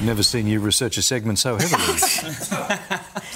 Never seen you research a segment so heavily. it's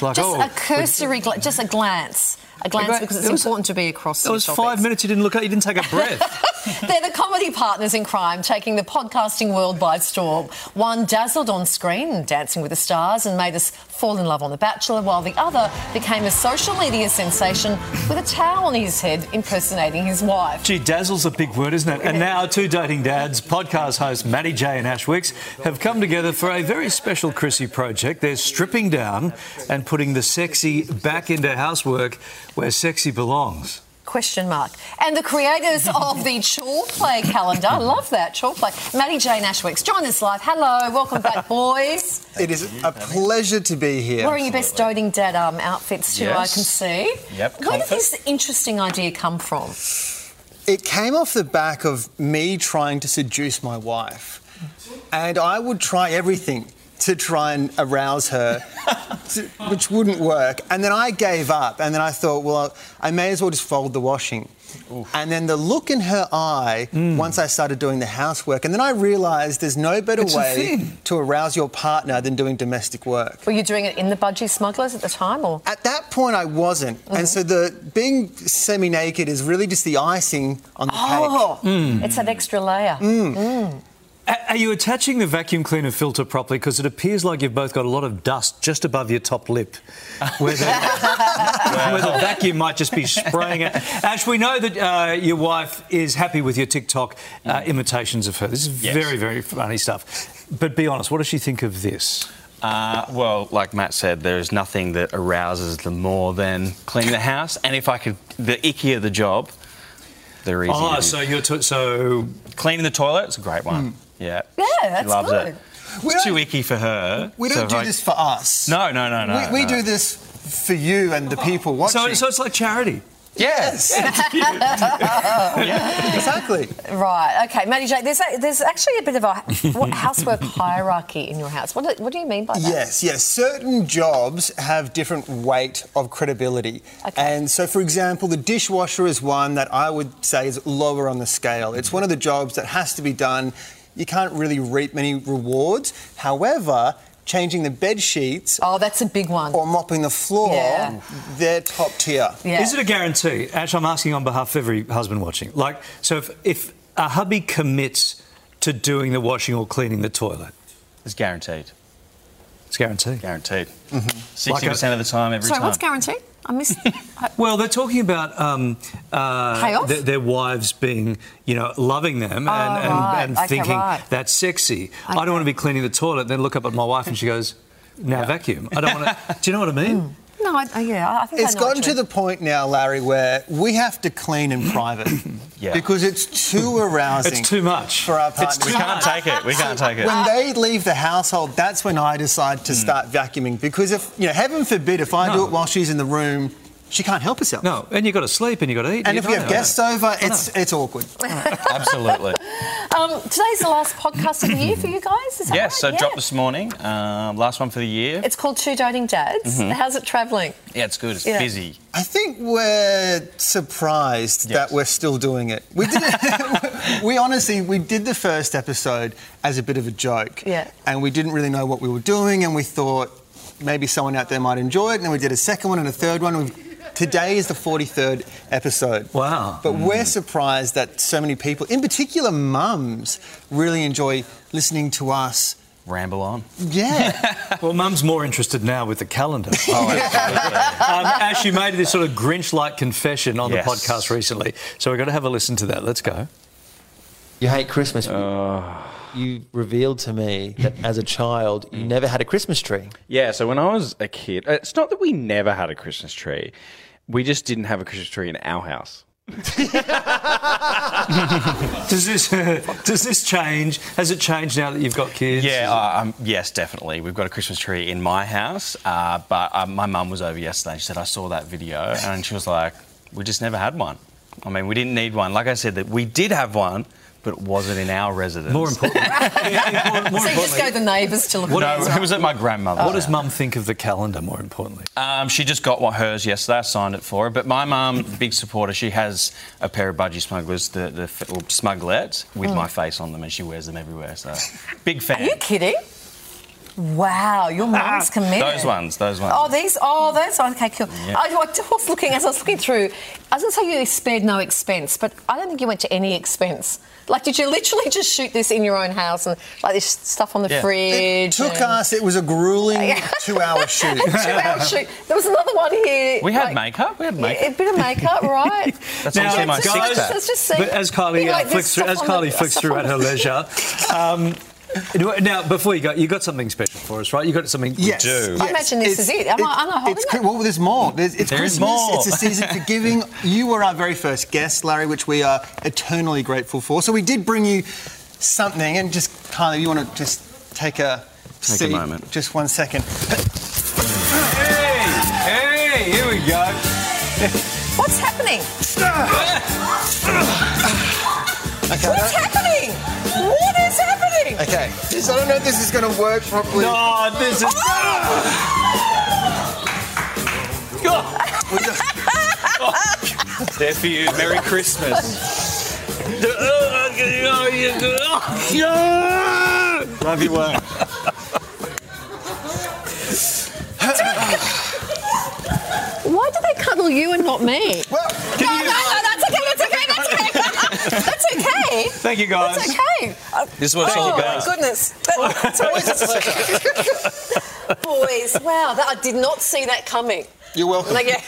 like, Just oh, a cursory, gla- just a glance, a glance gra- because it's there was- important to be across. It was these five topics. minutes you didn't look up, you didn't take a breath. They're the comedy partners in crime, taking the podcasting world by storm. One dazzled on screen, dancing with the stars, and made us fall in love on The Bachelor, while the other became a social media sensation with a towel on his head, impersonating his wife. Gee, dazzle's a big word, isn't it? And now, two dating dads, podcast hosts Maddie J and Ash Wicks, have come together for a very special Chrissy project. They're stripping down and putting the sexy back into housework where sexy belongs. Question mark. And the creators of the Chore Play calendar. I love that, Chore Play. Maddie Jane Ashwicks, join us live. Hello, welcome back, boys. It is a pleasure to be here. Wearing your best doting dad um, outfits too, I Yes. can see. Yep, Where did comfort. this interesting idea come from? It came off the back of me trying to seduce my wife. And I would try everything to try and arouse her, to- which wouldn't work. And then I gave up. And then I thought, well, I may as well just fold the washing. And then the look in her eye Hmm. once I started doing the housework. And then I realised there's no better It's a way thing. to arouse your partner than doing domestic work. Were you doing it in the budgie smugglers at the time, or At that point, I wasn't, and so the being semi-naked is really just the icing on the cake. it's that extra layer? A- Are you attaching the vacuum cleaner filter properly? Because it appears like you've both got a lot of dust just above your top lip, where the, where the vacuum might just be spraying it. Ash, we know that uh, your wife is happy with your TikTok uh, imitations of her. This is Yes. very, very funny stuff. But be honest, what does she think of this? Uh, well, like Matt said, there is nothing that arouses them more than cleaning the house. And if I could, the ickier the job, the Oh, easier. Ah, it is. so you're t- so cleaning the toilet is a great one. Yeah. Yeah, She that's loves good. it. Hmm. We It's don't- too icky for her. We so don't if do I- this for us. No, no, no, no. we, we no. do this for you and the people watching. so, so it's like charity. yes, exactly. Right. Okay, Maddie Jane. There's a, there's actually a bit of a what, housework hierarchy in your house. What do, what do you mean by that? Yes, yes. Certain jobs have different weight of credibility. Okay. And so, for example, the dishwasher is one that I would say is lower on the scale. It's one of the jobs that has to be done. You can't really reap many rewards. However, changing the bed sheets Oh, that's a big one. or mopping the floor, Yeah. they're top tier. Yeah. Is it a guarantee? Ash, I'm asking on behalf of every husband watching. Like, so if, if a hubby commits to doing the washing or cleaning the toilet, It's guaranteed. it's guaranteed. Guaranteed. Mm-hmm. 60% Like a- of the time, every Sorry, time. what's guaranteed? I missed. I- Well, they're talking about um, uh, Payoff? Oh, th- their wives being, you know, loving them and, and, right. and Okay, thinking right. that's sexy. I Okay. don't want to be cleaning the toilet. Then look up at my wife and she goes, "Now vacuum." I don't want to. Do you know what I mean? no, I, I- yeah, I- I think It's I know what gotten you to mean. the point now, Larry, where we have to clean in private Yeah. because it's too arousing. It's too much. for our It's partner. we can't take it. We can't take it. When they leave the household, that's when I decide to start vacuuming because if you know, heaven forbid, if I do Hmm. No. it while she's in the room, she can't help herself. No, and you got to sleep and you got to eat. And you if we know have that. guests over, it's it's awkward. Absolutely. Um, today's the last podcast of the year for you guys. Is that yes, right? so dropped this morning. Um, last one for the year. It's called Two Dating Dads. How's it travelling? yeah, it's good. It's Yeah. busy. I think we're surprised Yes. that we're still doing it. We did it. we honestly we did the first episode as a bit of a joke. Yeah. And we didn't really know what we were doing and we thought maybe someone out there might enjoy it. And then we did a second one and a third one. We've, today is the 43rd episode. Wow. But we're surprised that so many people, in particular mums, really enjoy listening to us. Ramble on. Yeah. Well, Mum's more interested now with the calendar. Oh, um, Ash, you made this sort of Grinch-like confession on Yes. the podcast recently, so we're going to have a listen to that. Let's go. You hate Christmas. You revealed to me that as a child, you never had a Christmas tree. Yeah, so when I was a kid, uh, it's not that we never had a Christmas tree. We just didn't have a Christmas tree in our house. Does this does this change? Has it changed now that you've got kids? Yeah, uh, um, yes, definitely. We've got a Christmas tree in my house, uh, but uh, my mum was over yesterday and she said, I saw that video, and she was like, We just never had one. I mean, we didn't need one. Like I said, that we did have one, but it wasn't in our residence. More important. Yeah, more- more oh. So you just go importantly, to the neighbours to look. What Uh, at No, it. it was at my grandmother's. what does Mum think of the calendar? More importantly, Um, she just got what hers yesterday. I signed it for her. But my mum, big supporter, she has a pair of budgie smugglers, the, the f- or Mm. smugglets, with my face on them, and she wears them everywhere. So, big fan. Ah, Are you kidding? Wow, your mum's committed. Those ones, those ones. Oh, these. Oh, those. ones. Okay, cool. Yeah. I, I was looking as I was looking through. I was going to say you spared no expense, but I don't think you went to any expense. Like, did you literally just shoot this in your own house and like this stuff on the Yeah. fridge? It took and- us, it was a grueling Yeah. two hour shoot. Two-hour shoot. There was another one here. we like- had makeup. We had Yeah, makeup. a bit of makeup, right? That's Now, also Yeah, my it's six just- pack. guys- Let's, let's just see. But as Carly Be uh, like this flicks through, stuff as on Carly the- flicks stuff through on at her the- leisure. Um, you know, now, before you go, you got something special for us, right? You got something. Yes. do. I imagine this is it. Am I- am I holding it's, it? Chri- Well, there's more. There's, it's There is Christmas. more. It's a season for giving. You were our very first guest, Larry, which we are eternally grateful for. So we did bring you something, and just Kylie, you want to just take a a seat? moment. Just one second. Hey, hey, here we go. What's happening? Okay. I What's don't- happening? What is happening? Okay. This- I don't know if this is going to work properly. Oh, this is. There for you. Merry Christmas. Oh, Love your work. Why do they cuddle you and not me? Well, no, no, no, that's okay, that's okay, that's okay. that's okay. Thank you, guys. That's okay. Uh, This is what it's all oh, about. my goodness. That- That's always a pleasure. Boys, wow, that, I did not see that coming. you're welcome. Like, yeah.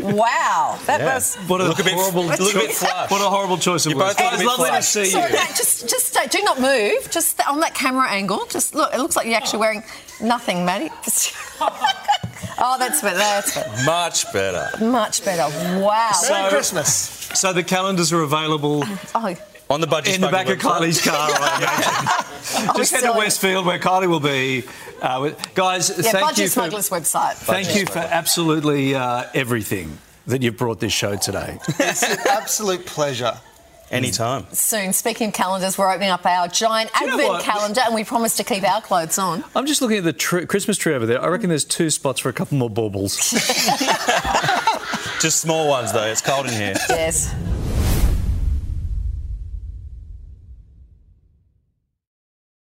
wow, that was. What a Look a bit- horrible, look a choice- bit flushed. What a horrible choice of You words. both look a Guys, bit lovely to flushed. see Sorry, you. no, just, just stay, do not move. Just th- on that camera angle. Just look. It looks like you're actually wearing nothing, Maddie. oh, that's better. That's better. Much better. Much better. Wow. Merry Christmas. So the calendars are available oh, On the budget. in the back spoken of Kylie's car. I imagine. Just head to silly. Westfield where Kylie will be. Uh, with- guys, yeah. thank you Budget for smugglers website. thank you for absolutely uh, everything that you've brought this show today. It's an absolute pleasure. Anytime. Soon. Speaking of calendars, we're opening up our giant you know advent what? calendar, and we promise to keep our clothes on. I'm just looking at the tr- Christmas tree over there. I reckon there's two spots for a couple more baubles. Just small ones though. It's cold in here. Yes.